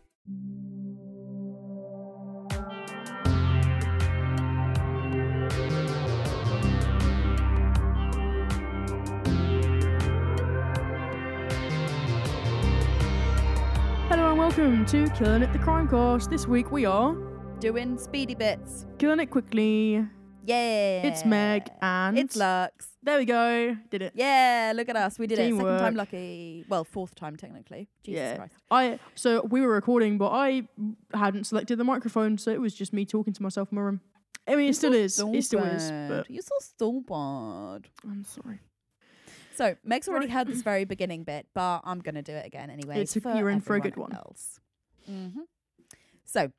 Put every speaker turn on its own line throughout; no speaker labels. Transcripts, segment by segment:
Hello and welcome to Killing It the Crime Course. This week we are
doing speedy bits.
Killing It Quickly.
Yeah.
It's Meg and
It's Lux.
There we go. Did it.
Yeah, look at us. We did it. Second
Teamwork.
time lucky. Well, fourth time technically. Jesus
yeah.
Christ.
I so we were recording, but I hadn't selected the microphone, so it was just me talking to myself in my room. I mean, it still is. It still is. But
You're so stupid.
I'm sorry.
So Meg's already
Right.
had this very beginning bit, but I'm gonna do it again anyway.
It's a- you're in for a good
everyone
one.
Else. hmm So,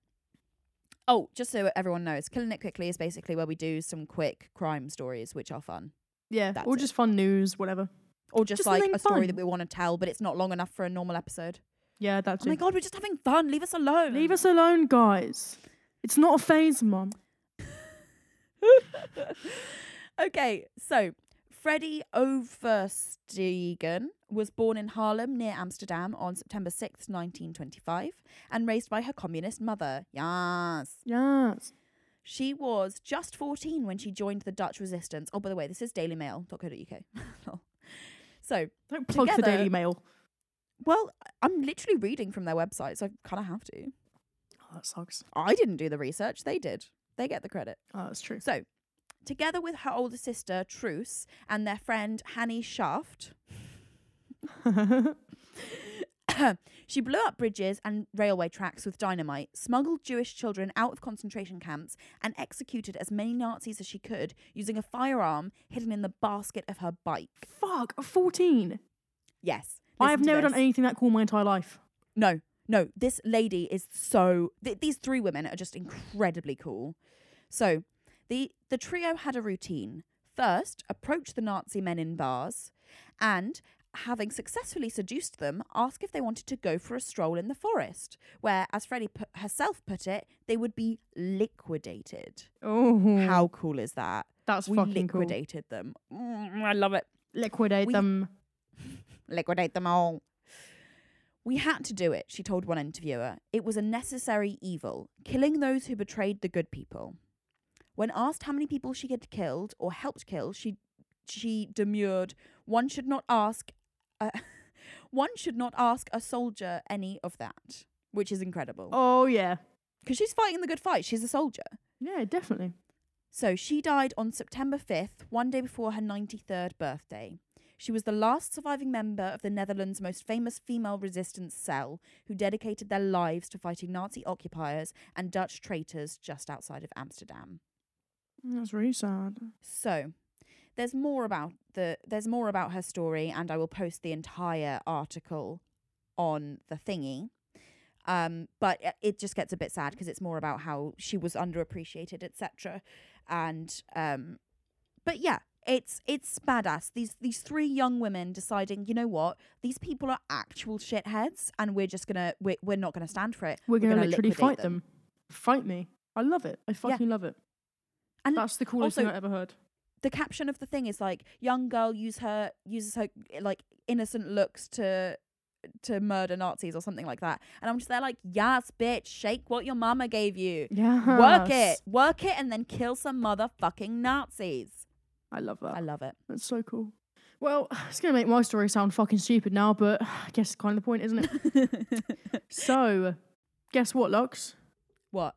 oh, just so everyone knows, killing it quickly is basically where we do some quick crime stories, which are fun,
Yeah.
That's
or
it.
just fun news, whatever.
or just,
Just
like
something
a story
fun.
that we want to tell, but it's not long enough for a normal episode.
Yeah, that's
Oh my
it.
god, we're just having fun. Leave us alone.
Leave us alone, guys. It's not a phase, Mum.
okay, so Freddie Overstegen was born in Haarlem near Amsterdam on September 6th, 1925, and raised by her communist mother. Yes.
Yes.
She was just 14 when she joined the Dutch resistance. Oh, by the way, this is dailymail.co.uk. so,
Don't plug the
Together-
Daily Mail.
well, I'm literally reading from their website, so I kind of have to.
Oh, that sucks.
I didn't do the research, they did. They get the credit.
Oh, that's true.
So, together with her older sister, Truce, and their friend, Hanny Shaft, she blew up bridges and railway tracks with dynamite, smuggled Jewish children out of concentration camps, and executed as many Nazis as she could using a firearm hidden in the basket of her bike.
Fuck. a Fourteen.
Yes.
I have
listen to
never done
this.
anything that cool my entire life.
No, no. This lady is so. Th- these three women are just incredibly cool. So, the the trio had a routine. First, approach the Nazi men in bars, and having successfully seduced them, ask if they wanted to go for a stroll in the forest, where, as Freddie put, herself put it, they would be liquidated.
Oh,
How cool is that?
That's
we
fucking cool.
liquidated them. Mm, I love it
liquidate
We-
them.
liquidate them all. We had to do it, she told one interviewer. It was a necessary evil, killing those who betrayed the good people. When asked how many people she had killed or helped kill, she she demurred, "One should not ask uh, one should not ask a soldier any of that." Which is incredible.
Oh yeah,
Cuz she's fighting the good fight. She's a soldier.
yeah, definitely.
So she died on September 5th, one day before her 93rd birthday. She was the last surviving member of the Netherlands' most famous female resistance cell, who dedicated their lives to fighting Nazi occupiers and Dutch traitors just outside of Amsterdam. Mm,
That's really sad.
So, there's more about the there's more about her story, and I will post the entire article on the thingy. Um, but i- it just gets a bit sad because it's more about how she was underappreciated, etc. And um, but yeah, it's it's badass. These these three young women deciding, you know what, these people are actual shitheads, and we're just gonna we're, we're not gonna stand for it.
We're gonna, literally
liquidate
fight them. Fight me. I love it. I fucking love it.
And
That's the coolest thing
also-
I ever heard.
the caption of the thing is like young girl use her uses her like innocent looks to to murder Nazis or something like that. And I'm just there like, yes, bitch, shake what your mama gave you.
Yeah.
Work it. Work it and then kill some motherfucking Nazis.
I love that.
I love it.
That's so cool. Well, it's gonna make my story sound fucking stupid now, but I guess it's kind of the point, isn't it? so, guess what, Lux?
What?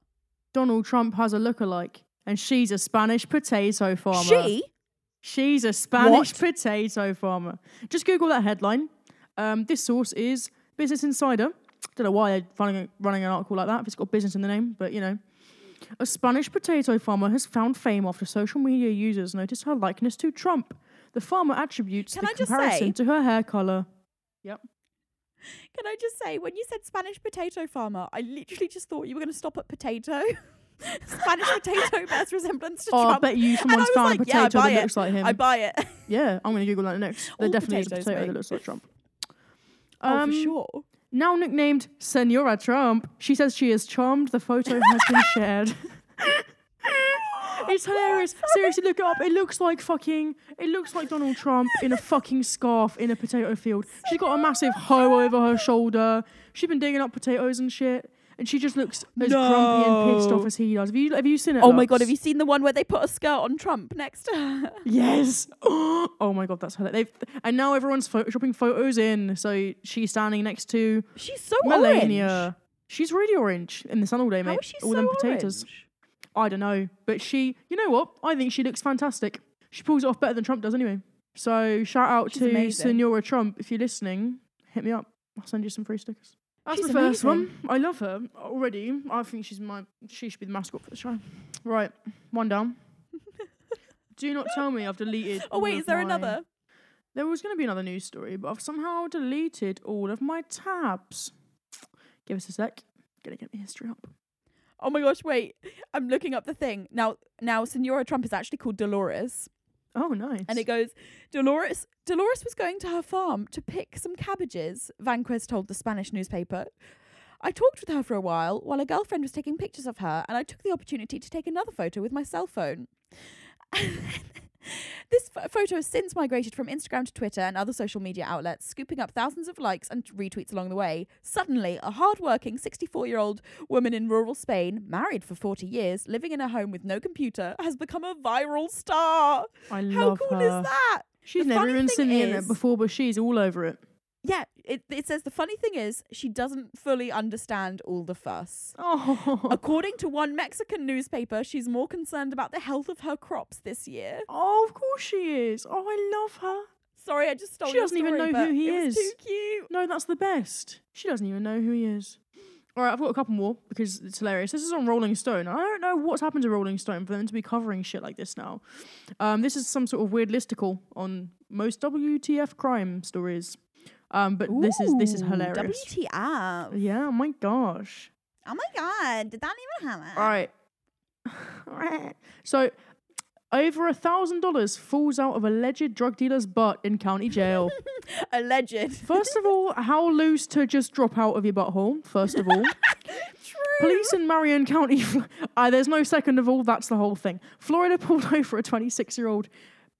Donald Trump has a lookalike, and she's a Spanish potato farmer.
She?
She's a Spanish potato farmer. Just Google that headline. Um, this source is Business Insider. Don't know why they're running, running an article like that if it's got business in the name, but you know. A Spanish potato farmer has found fame after social media users noticed her likeness to Trump. The farmer attributes
Can
the
I just
comparison
say-
to her hair color. Yep.
Can I just say, when you said Spanish potato farmer, I literally just thought you were going to stop at potato. Spanish potato bears resemblance to
Oh, I
Trump.
bet you
And
someone's
I was
found
like,
a
yeah, I
potato
buy
that
it.
looks like him.
I buy it. Oh,
yeah, I'm gonna Google that next. There
All
definitely is a
potatoes,
potato that
mate.
looks like Trump.
oh,
Um,
for sure.
Now nicknamed Senora Trump, she says she is charmed the photo has been shared. It's hilarious. Seriously, look it up. It looks like fucking. It looks like Donald Trump in a fucking scarf in a potato field. She's got a massive hoe over her shoulder. She's been digging up potatoes and shit, and she just looks as grumpy and pissed off
No.
as he does. Have you Have you seen it?
Oh my god,
Lux?
have you seen the one where they put a skirt on Trump next to her?
Yes. oh my god, that's hilarious. They've, and now everyone's photoshopping photos in. So she's standing next to
She's so
Melania.
orange.
She's really orange in the sun all day, mate.
How is she
all
so
them potatoes.
orange?
I don't know, but she, you know what? I think she looks fantastic. She pulls it off better than Trump does, anyway. So shout out
She's
to
amazing.
Senora Trump if you're listening. Hit me up. I'll send you some free stickers. That's
She's
the first one. I love her already. I think she's my. She should be the mascot for the show. Right, one down. Do not tell me I've deleted.
Oh wait,
all
is
of
there
my-
another?
There was going to be another news story, but I've somehow deleted all of my tabs. Give us a sec. Gonna get my history up.
Oh my gosh, wait. I'm looking up the thing. Now now Senora Trump is actually called Dolores.
Oh, nice.
And it goes, Dolores Dolores was going to her farm to pick some cabbages, Vanquist told the Spanish newspaper. I talked with her for a while while a girlfriend was taking pictures of her, and I took the opportunity to take another photo with my cell phone. this ph- photo has since migrated from Instagram to Twitter and other social media outlets, scooping up thousands of likes and retweets along the way. Suddenly, a hardworking 64 year old woman in rural Spain, married for 40 years, living in a home with no computer, has become a viral star.
I
How
love
cool
her.
is that?
She's
The
never
funny
even
thing
seen the internet
is-
before, but she's all over it.
Yeah, it, it says the funny thing is she doesn't fully understand all the fuss.
Oh,
According to one Mexican newspaper, she's more concerned about the health of her crops this year.
oh, of course she is. Oh, I love her.
Sorry, I just stole.
She
your
doesn't even
story,
know who
but
he
it was
is.
too cute.
No, that's the best. She doesn't even know who he is. All right, I've got a couple more because it's hilarious. This is on Rolling Stone. I don't know what's happened to Rolling Stone for them to be covering shit like this now. Um, this is some sort of weird listicle on most WTF crime stories. Um, but this is this is
Ooh,
hilarious.
WTF?
yeah, my gosh.
Oh my god, did that even happen?
All right. so, over a thousand dollars falls out of alleged drug dealer's butt in county jail.
Alleged.
First of all, how loose to just drop out of your butthole? First of all,
True.
police in Marion County. Uh, there's no second of all. That's the whole thing. Florida pulled over a 26-year-old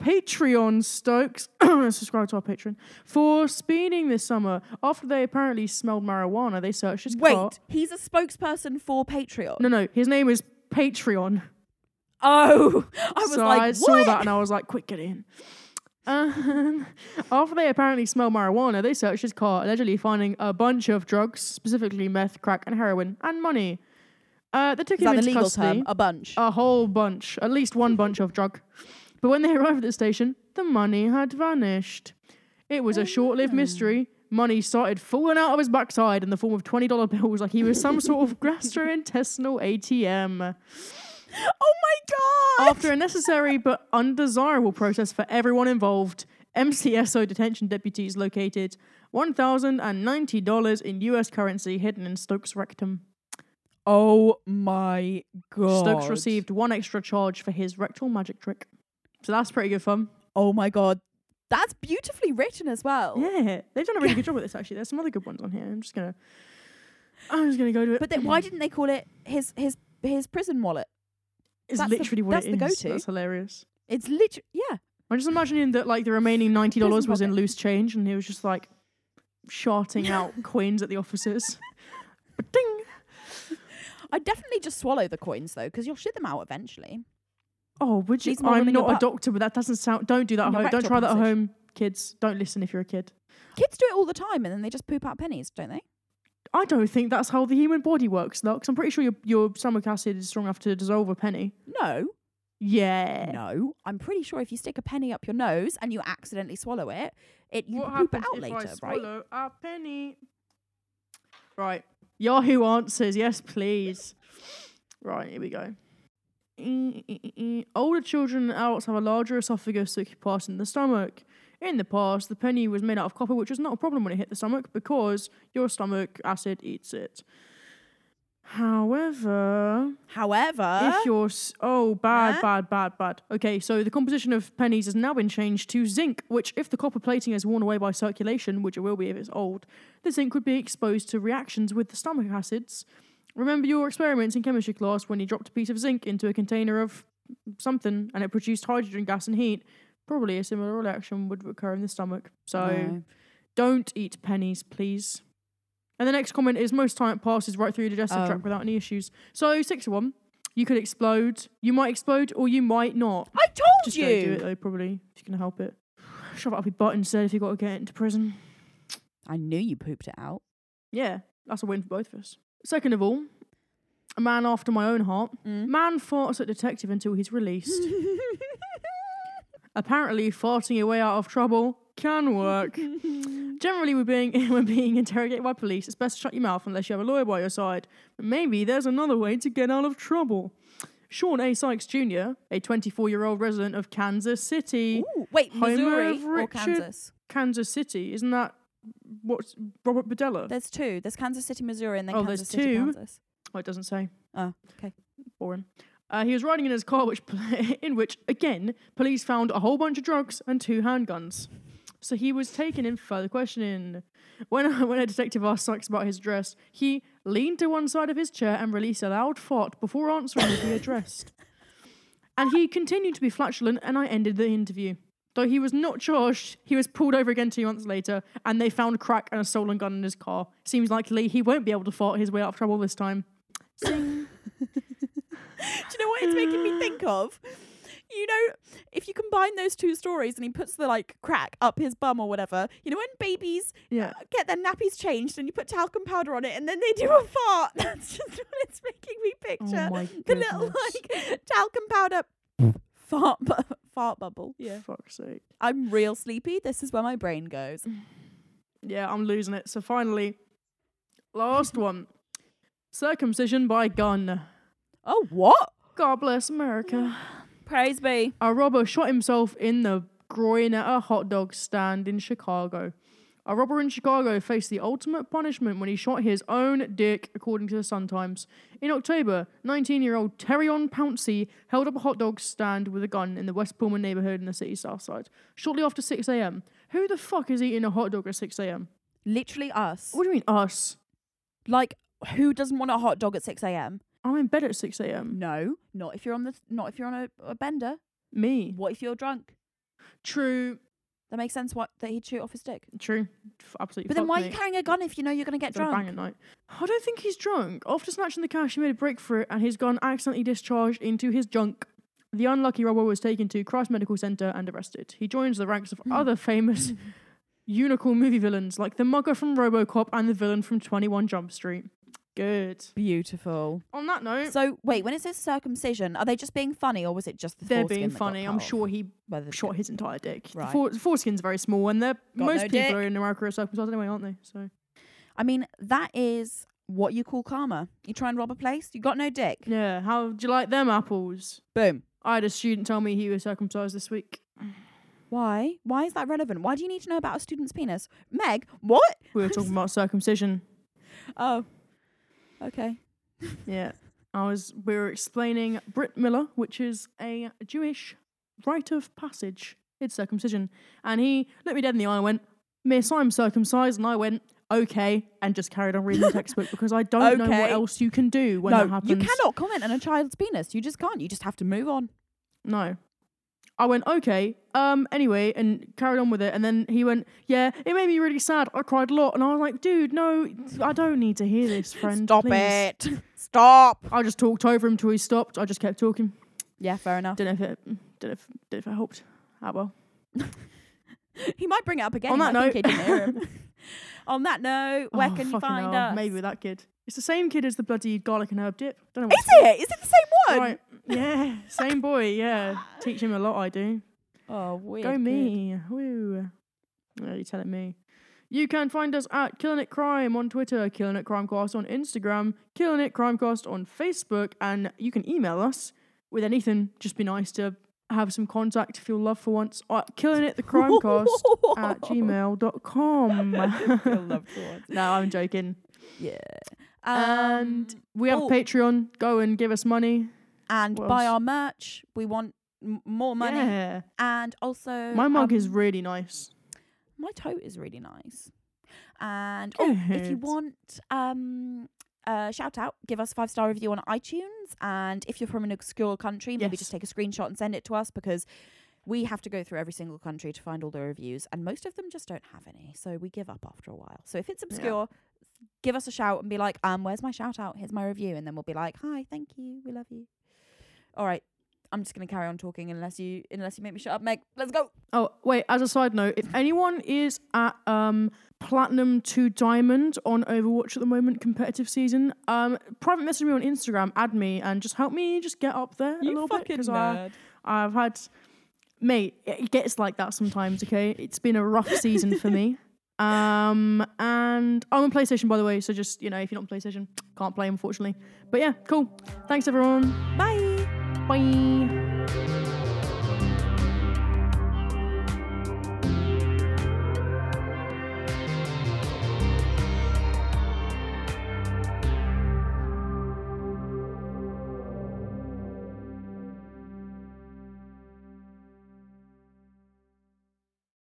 Patreon Stokes. subscribe to our Patreon for speeding this summer after they apparently smelled marijuana. They searched his car.
Wait, he's a spokesperson for Patreon.
No, no, his name is Patreon.
Oh, I was
so
like,
I
what?
saw that and I was like, quick, get in. Um, after they apparently smelled marijuana, they searched his car, allegedly finding a bunch of drugs, specifically meth, crack, and heroin, and money. Uh, they took
Is
him
that
into
the legal
custody. Uh,
term? A bunch.
A whole bunch, at least one bunch of drug. But when they arrived at the station, the money had vanished. It was a short
Hmm.
lived mystery. Money started falling out of his backside in the form of $20 bills, like he was some sort of gastrointestinal ATM.
oh my god.
After a necessary but undesirable process for everyone involved, MCSO detention deputies located $1,090 in US currency hidden in Stokes' rectum.
Oh my god.
Stokes received one extra charge for his rectal magic trick. So that's pretty good fun.
Oh my god. That's beautifully written as well.
Yeah, they've done a really good job with this actually. There's some other good ones on here. I'm just gonna, I'm just gonna go to it.
But then why didn't they call it his his his prison wallet?
it's
that's the-
literally what
that's
it
the
is.
go-to.
That's hilarious.
It's literally yeah.
I'm just imagining that like the remaining ninety dollars
Doesn't
was in
bother.
loose change, and he was just like sharting out coins at the officers. Ding.
I definitely just swallow the coins though, because you'll shit them out eventually.
Oh, would you?
Needs more than
I'm
in your
not a
butt.
doctor, but that doesn't sound. Don't do that at
Your
home. Don't
rectal
try that at
passage.
home, kids. Don't listen if you're a kid.
Kids do it all the time, and then they just poop out pennies, don't they?
I don't think that's how the human body works, Lux. I'm pretty sure your your stomach acid is strong enough to dissolve a penny.
No,
Yeah.
no.
Eh.
I'm pretty sure if you stick a penny up your nose and you accidentally swallow it, it you poop it out later, right?
a penny? Right. Yahoo answers. Yes, please. Right, here we go. E- e- e- e. Older children and adults have a larger esophagus that can pass in the stomach. In the past, the penny was made out of copper, which was not a problem when it hit the stomach because your stomach acid eats it. However,
However,
if you're s- oh bad
Huh?
bad bad bad okay so the composition of pennies has now been changed to zinc which if the copper plating is worn away by circulation which it will be if it's old the zinc would be exposed to reactions with the stomach acids remember your experiments in chemistry class when you dropped a piece of zinc into a container of something and it produced hydrogen gas and heat probably a similar reaction would occur in the stomach so
No.
don't eat pennies, please. And the next comment is most time it passes right through your digestive
Oh.
tract without any issues. So six to one, you could explode. You might explode or you might not.
I told
Just don't do it
you.
though, probably if you can help it. Shove it up your butt instead if you got to get into prison.
I knew you pooped it out.
Yeah, that's a win for both of us. Second of all, a man after my own heart.
Mm.
Man farts at detective until he's released. Apparently, farting your way out of trouble can work. Generally, when being, when being interrogated by police, it's best to shut your mouth unless you have a lawyer by your side. But maybe there's another way to get out of trouble. Sean A. Sykes Jr., a 24 year old resident of Kansas City.
Ooh, wait,
Homer
Missouri
of
or
Richard-
Kansas?
Kansas City, isn't that what's Robert Badella?
There's two. There's Kansas City, Missouri, and then
Oh, there's
Kansas City,
two?
Kansas.
oh, it doesn't say.
Oh, okay.
boring. Uh, he was riding in his car, which in which again police found a whole bunch of drugs and two handguns. So he was taken in further questioning. When when a detective asked Sykes about his dress, he leaned to one side of his chair and released a loud fart before answering if he addressed. And he continued to be flatulent, and I ended the interview. Though he was not charged, he was pulled over again two months later, and they found crack and a stolen gun in his car. Seems likely he won't be able to fart his way out of trouble this time.
Do you know what it's making me think of? You know, if you combine those two stories and he puts the like crack up his bum or whatever, you know when babies
Yeah.
uh, get their nappies changed and you put talcum powder on it and then they do a fart. That's just what it's making me picture.
my
the little
goodness.
like talcum powder fart bu- fart bubble.
Yeah. Fuck's sake.
I'm real sleepy. This is where my brain goes.
Yeah, I'm losing it. So finally, last one. Circumcision by gun.
Oh what?
God bless America.
Praise be.
A robber shot himself in the groin at a hot dog stand in Chicago. A robber in Chicago faced the ultimate punishment when he shot his own dick, according to the Sun Times. In October, 19 year old Terrion Pouncey held up a hot dog stand with a gun in the West Pullman neighborhood in the city's south side shortly after 6 a.m. Who the fuck is eating a hot dog at 6 a.m.?
Literally us.
What do you mean, us?
Like who doesn't want a hot dog at 6 a.m.?
Oh, I'm in bed at 6 a.m.
No, not if you're on the not if you're on a, a bender.
Me.
What if you're drunk?
True.
That makes sense. What that he'd shoot off his dick.
True. F- Absolutely.
But then
fuck
why
me.
are you carrying a gun if you know you're gonna get
Got a
drunk?
Bang at night. I don't think he's drunk. After snatching the cash, he made a break for it, and his gun accidentally discharged into his junk. The unlucky robber was taken to Christ Medical Center and arrested. He joins the ranks of
Hmm.
other famous unicorn movie villains, like the mugger from RoboCop and the villain from Twenty One Jump Street. Good.
Beautiful.
On that note,
So wait, when it says circumcision, are they just being funny or was it just the
they're
foreskin
being
that got
funny.
cut
I'm
off?
sure he
Whether the-
shot his entire dick. The
Right.
fore- foreskin's very small, and they're, most
no
people
dick.
are in America are circumcised anyway, aren't they? So
I mean, that is what you call karma. You try and rob a place, you got no dick.
yeah. How do you like them apples?
Boom.
I had a student tell me he was circumcised this week.
Why? Why is that relevant? Why do you need to know about a student's penis? Meg, what?
We were talking about circumcision.
Oh. Okay.
Yeah. I was we were explaining Britt Miller, which is a Jewish rite of passage. It's circumcision. And he looked me dead in the eye and went, Miss, I'm circumcised. And I went, okay, and just carried on reading the textbook because I don't know what
Okay.
else you can do when that
no,
happens.
you cannot comment on a child's penis. You just can't. You just have to move on.
No. I went, okay, um, anyway, and carried on with it. And then he went, yeah, it made me really sad. I cried a lot. And I was like, dude, no, I don't need to hear this, friend.
Stop
please."
it. Stop.
I just talked over him till he stopped. I just kept talking.
Yeah, fair enough.
Don't know if it, don't know if, don't know if it helped. Ah well.
He might bring it up again.
On
I
that
think he didn't hear him. on that note, where
Oh,
can you
fucking
find
hell.
us?
Maybe with that kid. It's the same kid as the bloody garlic and herb dip. Don't know what
Is it? Is it the same one?
Right. Yeah, same boy. Yeah, teach him a lot. I do.
Oh, weird.
Go
good.
me. Woo. Oh, you're telling me. You can find us at Killing It Crime on Twitter, Killing It Crimecast on Instagram, Killing It Crimecast on Facebook, and you can email us with anything. Just be nice to have some contact, feel love for once. Uh, killing it, the crimecast at gmail.com.
Feel loved for once.
no, I'm joking.
Yeah.
And
Um,
we have
oh.
a Patreon. Go and give us money.
and
what
buy
else?
our merch. We want m- more money.
Yeah.
And also,
My mug
um,
is really nice.
my tote is really nice. And oh, if you
Good.
want um a shout out, give us a five star review on iTunes. And if you're from an obscure country, maybe just
Yes.
take a screenshot and send it to us because we have to go through every single country to find all the reviews, and most of them just don't have any. So we give up after a while. So if it's obscure, give us a shout and be like, um, where's my shout out? Here's my review, and then we'll be like, hi, thank you, we love you. All right. I'm just gonna carry on talking unless you unless you make me shut up, Meg. Let's go.
Oh, wait, as a side note, if anyone is at um, Platinum to Diamond on Overwatch at the moment, competitive season, um, private message me on Instagram, add me, and just help me just get up there a little bit. Because I've had, mate, it gets like that sometimes, okay? It's been a rough season for me. Um, and I'm on PlayStation, by the way, so just, you know, if you're not on PlayStation, can't play, unfortunately. But yeah, cool. Thanks, everyone.
Bye.
Bye.